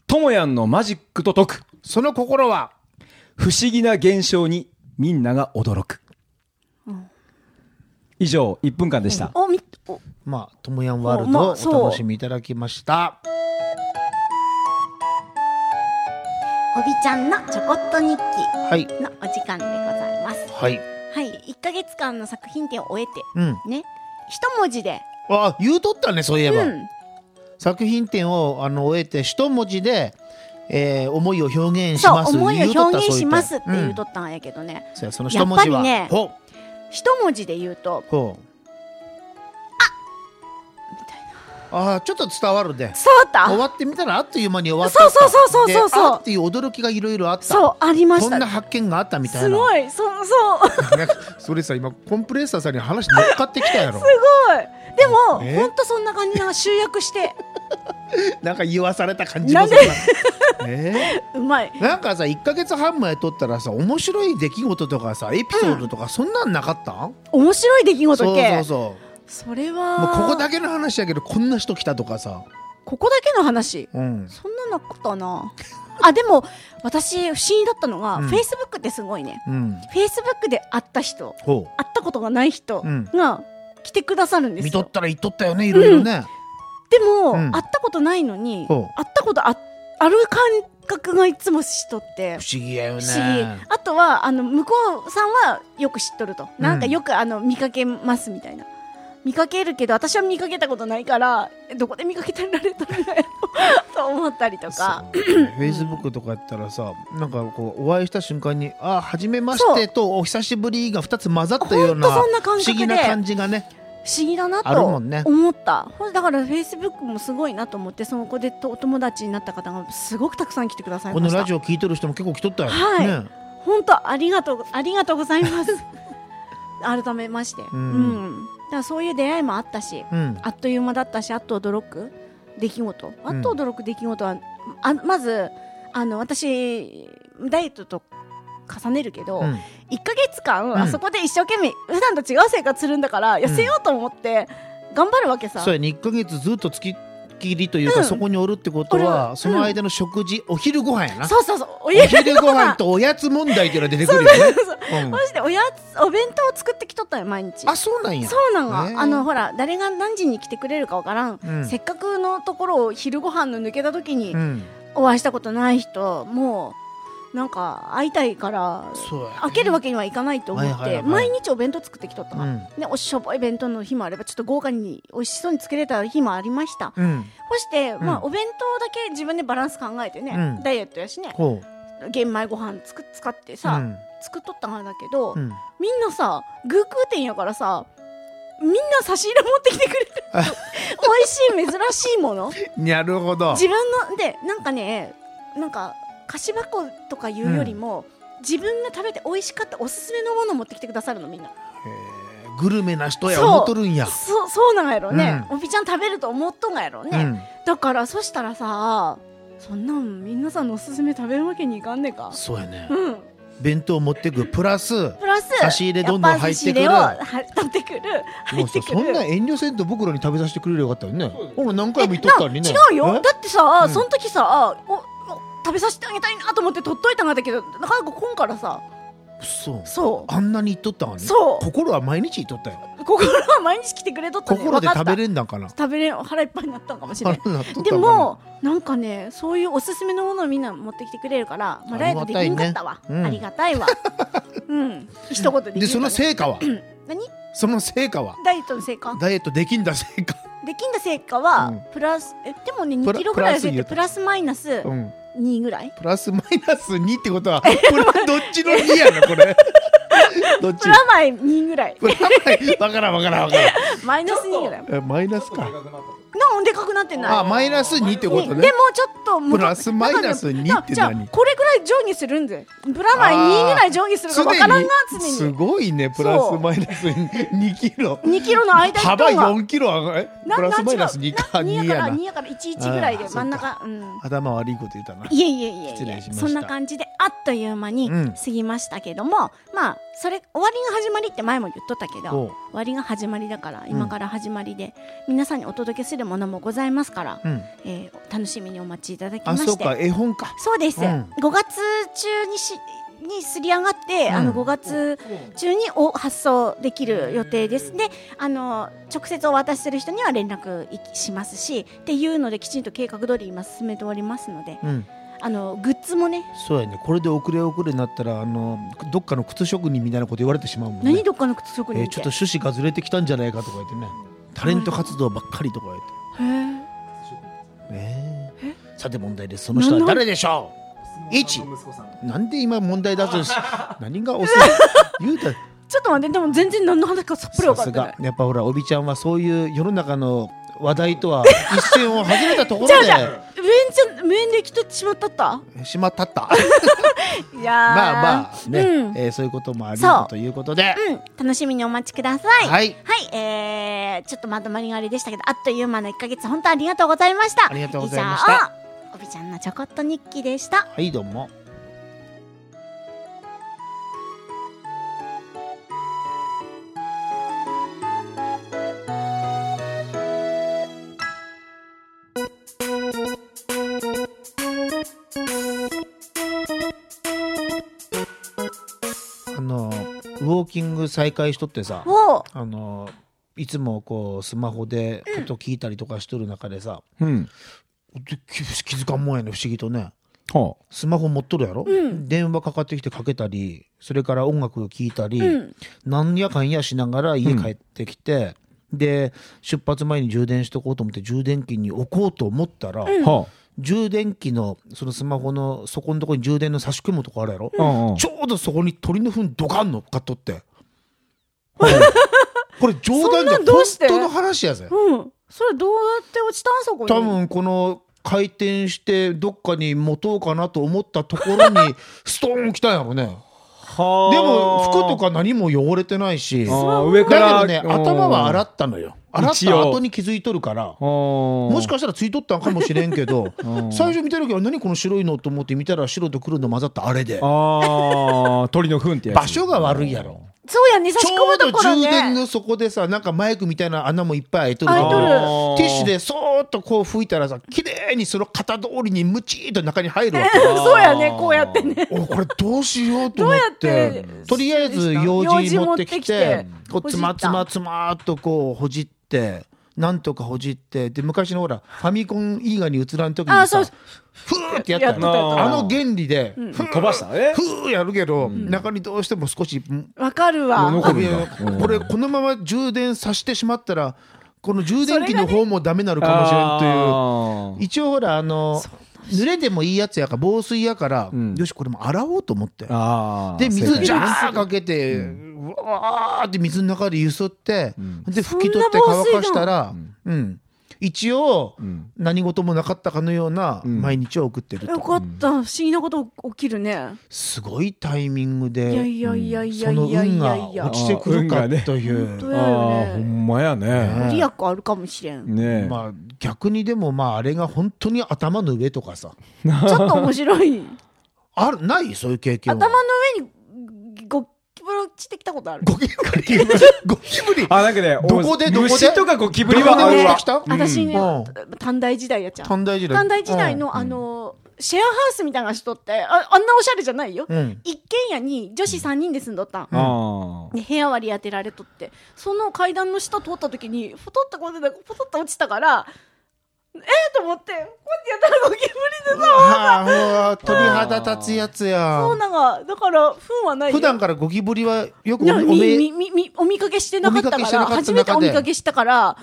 Speaker 4: ともやんのマジックと解く。
Speaker 3: その心は
Speaker 4: 不思議な現象にみんなが驚く。以上、1分間でした。
Speaker 5: おみお
Speaker 3: まあともやんワール
Speaker 5: ま
Speaker 3: ド
Speaker 5: あそう
Speaker 3: お楽しみいただきました
Speaker 5: おびちゃんのちょこっと日記
Speaker 3: はい
Speaker 5: のお時間でございます。
Speaker 3: はい
Speaker 5: はい、1ヶ月間の作品展を終えて、
Speaker 3: うん
Speaker 5: ね、一文字で
Speaker 3: あ言うとったねそういえば、
Speaker 5: うん
Speaker 3: 作品展をあの終えて一文字で、えー思いを表現し
Speaker 5: そ
Speaker 3: ま
Speaker 5: う
Speaker 3: す
Speaker 5: 思い
Speaker 3: 言う
Speaker 5: を
Speaker 3: とった
Speaker 5: 表現しますって
Speaker 3: そうい
Speaker 5: 言
Speaker 3: う
Speaker 5: うと
Speaker 3: と
Speaker 5: ったんやけどね、
Speaker 3: うんそうやその一文字は、
Speaker 5: やっぱりね
Speaker 3: ほう
Speaker 5: 一文字で言うと
Speaker 3: ほうああーちょっと伝わるで
Speaker 5: 伝
Speaker 3: 終
Speaker 5: わっ
Speaker 3: わってみたらあっという間に終わったった
Speaker 5: そうそうそうそうそうそう
Speaker 3: であっていう驚きがいろいろあった
Speaker 5: たそうありまし
Speaker 3: こんな
Speaker 5: た
Speaker 3: 発見があったみたいな
Speaker 5: すごいそうそうす
Speaker 3: なんか それさ今コンプレッサーさんに話乗っかってきたやろ
Speaker 5: ごいでも
Speaker 3: え
Speaker 5: ほんとそんな感じなんか集約して
Speaker 3: なんか言わされた感じもするなえ
Speaker 5: うまい
Speaker 3: ーなんかさ1か月半前撮ったらさ面白い出来事とかさエピソードとかそんなんなかったん、
Speaker 5: 面白い出来
Speaker 3: そう
Speaker 5: 事
Speaker 3: そう
Speaker 5: 系そ
Speaker 3: そう
Speaker 5: れは
Speaker 3: もうここだけの話やけどこんな人来たとかさ
Speaker 5: ここだけの話
Speaker 3: うん
Speaker 5: そんななかったなあでも私不思議だったのが、
Speaker 3: うん
Speaker 5: フェイスブックってすごいね
Speaker 3: うん
Speaker 5: フェイスブックで会った人
Speaker 3: ほ
Speaker 5: 会ったことがない人
Speaker 3: うん
Speaker 5: が来てくださるん
Speaker 3: う
Speaker 5: で
Speaker 3: 見
Speaker 5: す
Speaker 3: と
Speaker 5: よ、
Speaker 3: ったら言っとったよねいろいろね、
Speaker 5: でも、
Speaker 3: うん
Speaker 5: 会ったことないのに
Speaker 3: ほ
Speaker 5: 会ったことあある感覚がいつもしとって
Speaker 3: 不思議やよね
Speaker 5: 不思議あとはあの向こうさんはよく知っとると、
Speaker 3: うん
Speaker 5: なんかよくあの見かけますみたいな見かけるけど私は見かけたことないからえどこで見かけてられたんだろう と思ったりとか
Speaker 3: フェイスブックとかやったらさなんかこうお会いした瞬間に「あー初めまして」と「お久しぶり」が2つ混ざったような
Speaker 5: ほんとそんな
Speaker 3: 不
Speaker 5: 感覚で
Speaker 3: 思議な感じがね
Speaker 5: 不思議だな
Speaker 3: ある
Speaker 5: と
Speaker 3: もんね
Speaker 5: 思った、ほんだからフェイスブックもすごいなと思ってその子でとお友達になった方がすごくたくさん来てください
Speaker 3: こ
Speaker 5: ま
Speaker 3: の
Speaker 5: し
Speaker 3: ラ
Speaker 5: た
Speaker 3: ジオ聞いてる人も結構来とったよ、
Speaker 5: はい
Speaker 3: ね
Speaker 5: 本当ありがとうありがとうございます 改めまして、
Speaker 3: うん
Speaker 5: うんだからそういう出会いもあったし
Speaker 3: うん
Speaker 5: あっという間だったしあっと驚く出来事あ
Speaker 3: ん
Speaker 5: っと驚く出来事は、あまずあの私ダイエットと重ねるけど、
Speaker 3: うん
Speaker 5: 1か月間、
Speaker 3: ん
Speaker 5: あそこで一生懸命普段と違う生活するんだから痩せようと思って頑張るわけさ、
Speaker 3: そうやね1か月ずっとつきっきりというか、
Speaker 5: うん
Speaker 3: そこにおるってこと
Speaker 5: お
Speaker 3: は
Speaker 5: る
Speaker 3: その間の食事、お昼ご飯やな
Speaker 5: そうそうそうお
Speaker 3: お
Speaker 5: や
Speaker 3: 昼ご飯とおやつ問題っていうのが出てくるよねうん
Speaker 5: マジでおやつお弁当を作ってきとったよ毎日
Speaker 3: あそうなんや
Speaker 5: そうなの、
Speaker 3: へえ
Speaker 5: あのほら誰が何時に来てくれるかわからん、
Speaker 3: うん
Speaker 5: せっかくのところを昼ご飯の抜けた時に
Speaker 3: うん
Speaker 5: お会いしたことない人もうなんか会いたいから
Speaker 3: そうやね
Speaker 5: 開けるわけにはいかないと思って、
Speaker 3: はいはいはい
Speaker 5: 毎日お弁当作ってきとったから、
Speaker 3: うん
Speaker 5: ね、おしょぼい弁当の日もあればちょっと豪華に美味しそうに作れた日もありました
Speaker 3: うん
Speaker 5: そして、ま
Speaker 3: う
Speaker 5: あ、お弁当だけ自分でバランス考えてね、
Speaker 3: うん
Speaker 5: ダイエットやしね
Speaker 3: ほう
Speaker 5: 玄米ご飯つく使ってさ、
Speaker 3: うん
Speaker 5: 作っとったんだけど、
Speaker 3: うん
Speaker 5: みんなさグーグー店やからさみんな差し入れ持ってきてくれる美味しい珍しい もの
Speaker 3: なるほど
Speaker 5: 自分のでなんかねなんか菓子箱とかいうよりも、自分が食べて美味しかったおすすめのものを持ってきてくださるのみんな
Speaker 3: へーグルメな人や思っとるんや
Speaker 5: そそうなんやろね、
Speaker 3: う
Speaker 5: おびちゃん食べると思っとんがやろね、
Speaker 3: うん
Speaker 5: だからそしたらさそんなんみんなさんのおすすめ食べるわけにいかんねえか
Speaker 3: そうやね
Speaker 5: うん
Speaker 3: 弁当持ってくプラス
Speaker 5: プラス
Speaker 3: 差し入れどんどん入ってくる
Speaker 5: やぱ差し入れをは取ってくる入
Speaker 3: も
Speaker 5: っ
Speaker 3: う
Speaker 5: て
Speaker 3: さ
Speaker 5: くる
Speaker 3: そんな遠慮せんと僕らに食べさせてくれればよかったよね俺何回も言っとったのにね
Speaker 5: えな違うよ
Speaker 3: え
Speaker 5: だってさ、
Speaker 3: うん
Speaker 5: その時さおお食べさせてあげたいなと思って取っといたんだけどなかなか今からさ
Speaker 3: そう
Speaker 5: そう
Speaker 3: あんなに言っとったのに
Speaker 5: そう
Speaker 3: 心は毎日言っとったよ
Speaker 5: 心は毎日来てくれとったね
Speaker 3: 心で
Speaker 5: わか
Speaker 3: 食
Speaker 5: った
Speaker 3: べれんだんかな
Speaker 5: 食べれん腹いっぱいになったんかもしれ
Speaker 3: 腹
Speaker 5: ん
Speaker 3: になっとったん
Speaker 5: で
Speaker 3: かな
Speaker 5: もなんかねそういうおすすめのものをみんな持ってきてくれるから、まあ、ダイエットできんかったわ
Speaker 3: あ
Speaker 5: あ
Speaker 3: り
Speaker 5: りが たいわうん一言で
Speaker 3: でその
Speaker 5: い
Speaker 3: 成果は
Speaker 5: 何
Speaker 3: その成果は
Speaker 5: ダイエットの成果
Speaker 3: ダイエットできんだ成果
Speaker 5: できんだ成果は、
Speaker 3: うん
Speaker 5: プラスえでもね
Speaker 3: プ
Speaker 5: 2
Speaker 3: ラ
Speaker 5: キロぐらい痩
Speaker 3: プラス
Speaker 5: せ
Speaker 3: 言う
Speaker 5: て
Speaker 3: と
Speaker 5: プラスマイナス
Speaker 3: うん
Speaker 5: 2ぐらい、
Speaker 3: プラスマイナス2ってことはこれはどっちの2やなこ れどっち
Speaker 5: プラマイ2ぐらい
Speaker 3: プラマイわからんわからんわからん
Speaker 5: マイナス2ぐらい
Speaker 3: えマイナスか
Speaker 5: なんでかくなってない
Speaker 3: あマイナス2って
Speaker 5: ね
Speaker 3: こ
Speaker 5: で
Speaker 3: と
Speaker 5: も
Speaker 3: ね
Speaker 5: ちょっともう
Speaker 3: プラスマイナス2
Speaker 5: なんか
Speaker 3: って何
Speaker 5: じゃあこれぐらい上下するんでプラマイ2ぐらい上下するかわからんが
Speaker 3: 常
Speaker 5: 常
Speaker 3: に
Speaker 5: に
Speaker 3: すごいねプラスマイナス2キロ
Speaker 5: 2キロの間
Speaker 3: 幅
Speaker 5: 行ったんが
Speaker 3: 4キロ上がえ
Speaker 5: な
Speaker 3: プラスマイナス
Speaker 5: なん違
Speaker 3: 2
Speaker 5: う
Speaker 3: か
Speaker 5: な
Speaker 3: 2や
Speaker 5: 2や
Speaker 3: な
Speaker 5: から2やから11ぐらい
Speaker 3: あ
Speaker 5: で
Speaker 3: ー
Speaker 5: 真ん中うん
Speaker 3: 頭悪いこと言ったない
Speaker 5: えいえいえ
Speaker 3: 失
Speaker 5: い
Speaker 3: 礼し
Speaker 5: え
Speaker 3: ました
Speaker 5: そんな感じであっという間に
Speaker 3: うん
Speaker 5: 過ぎましたけども、まあそれ終わりが始まりって前も言っとったけ
Speaker 3: おう
Speaker 5: ど終わりが始まりだから今から始まりで、皆さんにお届けするものもございますから、
Speaker 3: うん
Speaker 5: えー楽しみにお待ちいただきま
Speaker 3: あ
Speaker 5: して
Speaker 3: そうか絵本か
Speaker 5: そうです、
Speaker 3: うん
Speaker 5: 5月中にしにすり上がって、
Speaker 3: ん
Speaker 5: あの5月中にお発送できる予定ですであの直接お渡しする人には連絡いしますしっていうのできちんと計画通り今進めておりますので
Speaker 3: うん
Speaker 5: あのグッズもね
Speaker 3: そうやねこれで遅れ遅れになったらあのどっかの靴職人みたいなこと言われてしまうもんね
Speaker 5: 何どっかの靴職人
Speaker 3: えー
Speaker 5: って
Speaker 3: ちょっと趣旨がずれてきたんじゃないかとか言ってねタレント活動ばっかりとか言って、
Speaker 5: へえ
Speaker 3: えーさて問題ですその人は誰でしょう一なんで今問題出す し何が遅い言うた
Speaker 5: ちょっと待ってでも全然何の話かさっぱり分か
Speaker 3: さ
Speaker 5: っ
Speaker 3: す
Speaker 5: てない
Speaker 3: がやっぱほらおびちゃんはそういう世の中の話題 とは一線を外れたところ
Speaker 5: じゃあじゃ面接面で来てしまったった
Speaker 3: でしまったった
Speaker 5: いやー
Speaker 3: まあまあね、
Speaker 5: うん
Speaker 3: えーそういうこともあり
Speaker 5: そう
Speaker 3: ということで、
Speaker 5: うん、楽しみにお待ちください。
Speaker 3: はい
Speaker 5: えー、ちょっとまとまりがあれでしたけど、あっという間の1ヶ月、本当ありがとうございました。
Speaker 3: ありがとうございました
Speaker 5: 以上。おびちゃんのちょこっと日記でした。
Speaker 3: はいどうもあのウォーキング再開しとってさ
Speaker 5: おう
Speaker 3: あのいつもこうスマホで音聞いたりとかしとる中でさ、
Speaker 4: うん。
Speaker 3: 気気づかんもんやね不思議とね。
Speaker 4: は
Speaker 3: スマホ持っとるやろ、
Speaker 5: ん
Speaker 3: 電話かかってきてかけたりそれから音楽を聴いたり、
Speaker 5: うん
Speaker 3: なんやかんやしながら家帰ってきて、で出発前に充電しとこうと思って充電器に置こうと思ったら、
Speaker 4: あ。は
Speaker 3: 充電器のそのスマホのそこのとこに充電の差し込むとこあるやろ、
Speaker 4: あ。うんうん
Speaker 3: ちょうどそこに鳥の糞ドカンの買っとって、これ冗談じゃ
Speaker 5: そんなん
Speaker 3: ん
Speaker 5: どう
Speaker 3: 本
Speaker 5: して
Speaker 3: 当の話やぜ
Speaker 5: うん。それどうやって落ちたんそこに。
Speaker 3: 多分この回転してどっかに持とうかなと思ったところ にストーン来たんやろね
Speaker 4: はあ
Speaker 3: でも服とか何も汚れてないし
Speaker 4: あ
Speaker 3: だ
Speaker 4: ー上
Speaker 3: け
Speaker 4: から
Speaker 3: どね頭は洗
Speaker 4: っ
Speaker 3: ったのよ洗っ
Speaker 4: 一応
Speaker 3: た後に気づいとるから
Speaker 4: も
Speaker 3: もしかしたらついとったんかもしれんけ ど
Speaker 4: ん
Speaker 3: 最初見た時は何この白いのと思って見たら白と黒の混ざったあれで
Speaker 4: ああ鳥の糞ってやつ
Speaker 3: 場所が悪いやろ
Speaker 5: そうやね、差
Speaker 3: ち
Speaker 5: し
Speaker 3: ょ
Speaker 5: 込むと
Speaker 3: うど
Speaker 5: ころ
Speaker 3: 充電
Speaker 5: ね。
Speaker 3: のそこでさなんかマイクみたいな穴もいっぱい開いとる
Speaker 5: 開いとる
Speaker 4: あー
Speaker 3: ティッシュでそーっとこう吹いたらさ綺麗にその型通りにムチーと中に入るわけ
Speaker 5: そうやね、こうやってね。
Speaker 3: おこれどうしようと思っ
Speaker 5: どうやって
Speaker 3: てとりあえず用
Speaker 5: 用事
Speaker 3: 事
Speaker 5: 持
Speaker 3: 持
Speaker 5: っ
Speaker 3: ってて
Speaker 5: き
Speaker 3: き
Speaker 5: て
Speaker 3: てこ
Speaker 5: ほ
Speaker 3: う
Speaker 5: じ
Speaker 3: つ
Speaker 5: った
Speaker 3: まつまつまーっとこうほじってなんとかほじってで昔のほらファミコン映画に映らん時
Speaker 5: あ
Speaker 3: に
Speaker 5: そう
Speaker 3: さふーってやった
Speaker 5: やってたや
Speaker 4: って
Speaker 3: の
Speaker 4: た
Speaker 3: あの原理でふー
Speaker 4: 飛ばしたね
Speaker 3: ふーやるけど中にどうしても少し
Speaker 5: わかるわ。
Speaker 4: 残るんだ
Speaker 3: あいやこれこのまま充電させてしまったらこの充電器の方もダメなるかもしれんという。
Speaker 4: い
Speaker 3: 一応ほらあの濡れてもいいやつやから防水やから、
Speaker 4: ん
Speaker 3: よしこれも洗おうと思って
Speaker 4: あー
Speaker 3: で水ジ
Speaker 4: 正
Speaker 3: ャーかけて、うわーって水の中でゆすって、で拭き取って
Speaker 5: そんな
Speaker 3: 乾
Speaker 5: 防水だ
Speaker 3: かしたら、うん一応、
Speaker 4: ん
Speaker 3: 何事もなかったかのような毎日を送ってると、
Speaker 5: よかった、不思議なこと起きるね。
Speaker 3: すごいタイミング
Speaker 5: いや
Speaker 3: で
Speaker 5: いやいやいや
Speaker 3: その
Speaker 5: いやい
Speaker 3: 運
Speaker 5: や
Speaker 3: が
Speaker 5: いや
Speaker 3: 落。ちてくる
Speaker 4: あー
Speaker 3: か
Speaker 4: 運がね
Speaker 3: という、
Speaker 5: 本当
Speaker 4: 解
Speaker 5: やよ
Speaker 4: あーほ
Speaker 5: ね。
Speaker 4: んまやね
Speaker 5: リアクあるかもしれん。
Speaker 4: ねえ
Speaker 3: まあ、逆にでもまああれが本当に頭の上とかさ
Speaker 5: ちょっと面 白い。
Speaker 3: あるないそういう経験は
Speaker 5: 頭の上にゴキブロ落ちてきたことある。
Speaker 3: ゴキゴキブリゴキブリ
Speaker 4: あなんかね
Speaker 3: どこでどこで
Speaker 4: 虫とかゴキブリは
Speaker 3: どこ
Speaker 4: 合
Speaker 3: で
Speaker 4: う
Speaker 3: 虫
Speaker 4: わ
Speaker 3: ときた
Speaker 5: 私ね
Speaker 3: うん、
Speaker 5: 短大時代やっちゃう。
Speaker 3: 短大時代
Speaker 5: 短大時代の、あの、シェアハウスみたいなのしとって、ああんなおしゃれじゃないよ。
Speaker 3: うん
Speaker 5: 一軒家に女子3人で住んどったん。
Speaker 4: あー
Speaker 5: で部屋割り当てられとってその階段の下通った時にポトッとこうやってポトッと落ちたからえー、と思ってこうやってやったらゴキブリでさ
Speaker 3: ああうわ鳥肌立つやつや
Speaker 5: そうなんかだから糞はないよ
Speaker 3: 普段からゴキブリはよくお
Speaker 5: いや
Speaker 3: めお
Speaker 5: みみ
Speaker 3: め
Speaker 5: みみお見かけしてなかったか
Speaker 3: お見
Speaker 5: ら
Speaker 3: かけしてなかった中
Speaker 5: 初
Speaker 3: で
Speaker 5: めてお見かけしたからうわ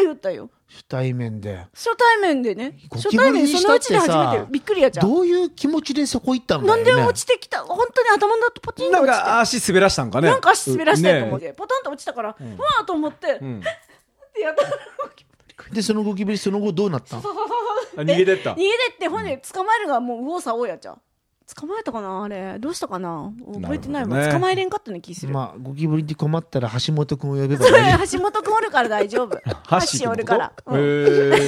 Speaker 5: ー言ったよ
Speaker 3: 初対面で
Speaker 5: 初対面でね
Speaker 3: ゴ
Speaker 5: 初
Speaker 3: キブリ
Speaker 5: 対面で
Speaker 3: に
Speaker 5: そ
Speaker 3: したっ
Speaker 5: のう
Speaker 3: て
Speaker 5: ちで初め
Speaker 3: さ
Speaker 5: てびっくりやじゃん
Speaker 3: どういう気持ちでそこ行ったんだ
Speaker 5: なん
Speaker 3: ろうね
Speaker 5: で落ちてきた本当に頭のポチン
Speaker 4: な
Speaker 5: と
Speaker 4: ん
Speaker 5: 落ちて
Speaker 4: か足滑らしたんかね
Speaker 5: なんか足滑らしたいと思っ
Speaker 4: ね
Speaker 5: て、ポトンと落ちたから、うわーと思って、
Speaker 4: ん
Speaker 5: ってやったら、
Speaker 3: でそのゴキブリその後どうなったん
Speaker 4: あ逃げてっ
Speaker 5: 逃
Speaker 4: た
Speaker 5: げてって、ほんで捕まえるがもう右往左往やっちゃう。捕まえたかなあれ、どうしたかな覚えてないも
Speaker 4: なるほどね
Speaker 5: ん。捕まえれんかったね、気する。
Speaker 3: まあゴキブリに困ったら橋本君を呼べば
Speaker 5: それ
Speaker 3: いい
Speaker 5: 橋本くんおるから大丈 夫。
Speaker 4: ハッシー
Speaker 5: 橋お
Speaker 4: って
Speaker 5: る
Speaker 4: こと
Speaker 5: から。うん
Speaker 4: へえ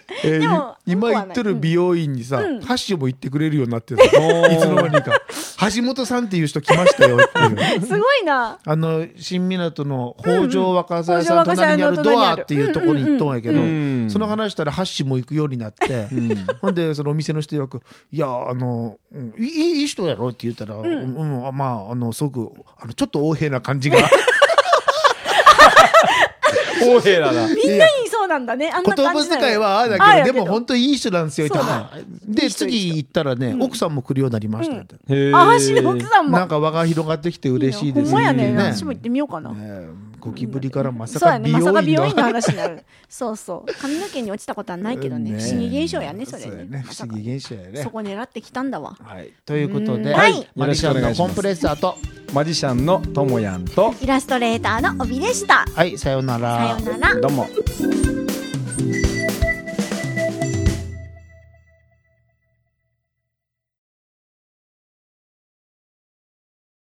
Speaker 3: えー
Speaker 5: でも
Speaker 3: 今
Speaker 5: 僕は
Speaker 3: 行
Speaker 5: ね
Speaker 3: ってる美容院にさ、
Speaker 5: うん
Speaker 3: ハッシュも行ってくれるようになっ てたいつの間にか橋本さんっていう人来ましたよっていう
Speaker 5: すごいな。
Speaker 3: あの新港の北条若狭屋さんの隣にあるドアっていうところに行っとんやけど、
Speaker 4: うんうんうん
Speaker 3: その話したらハッシーも行くようになって、ほんでそのお店の人よく「いやあの、うんいいいい人やろ」って言ったら「うん、うんあまああのすごくあのちょっと横柄な感じが
Speaker 4: 大平だな
Speaker 5: みんなにそうなんだねあんな
Speaker 3: 言
Speaker 5: 感
Speaker 3: 葉
Speaker 5: じだよね
Speaker 3: 遣いはああだ
Speaker 5: ああ
Speaker 3: け
Speaker 5: や
Speaker 3: ど
Speaker 5: け
Speaker 3: でも本当にいい人なんですよ
Speaker 5: そう
Speaker 3: 多分で次行ったらね奥さんも来るようになりましたみたいな
Speaker 4: へー
Speaker 5: あ橋の奥さんも
Speaker 3: なんか輪が広がってきて嬉しいです
Speaker 5: ほんまやね
Speaker 3: ね
Speaker 5: 私も行ってみようかな、
Speaker 3: ねゴキブリからまさ
Speaker 5: そう
Speaker 3: か
Speaker 5: やね
Speaker 3: 美
Speaker 5: まさか美容
Speaker 3: 容
Speaker 5: 院
Speaker 3: 院
Speaker 5: の
Speaker 3: だ
Speaker 5: 話になるそうそう髪の毛に落ちたことはないけどね
Speaker 3: ね
Speaker 5: 不思議現象やねそれ
Speaker 3: そうや
Speaker 5: ね
Speaker 3: ね
Speaker 5: ま
Speaker 3: 不
Speaker 5: さ
Speaker 3: 思
Speaker 5: か
Speaker 3: 議現象やね
Speaker 5: そこ狙ってきたんだわ
Speaker 3: はいということ
Speaker 5: う
Speaker 3: で
Speaker 5: んはい
Speaker 3: マリシャンのコンプレッサーと
Speaker 4: マジシャンのともやんと
Speaker 5: イラストレーターの帯でした
Speaker 3: はいさようなら
Speaker 5: さようなら
Speaker 4: どうも。
Speaker 5: 「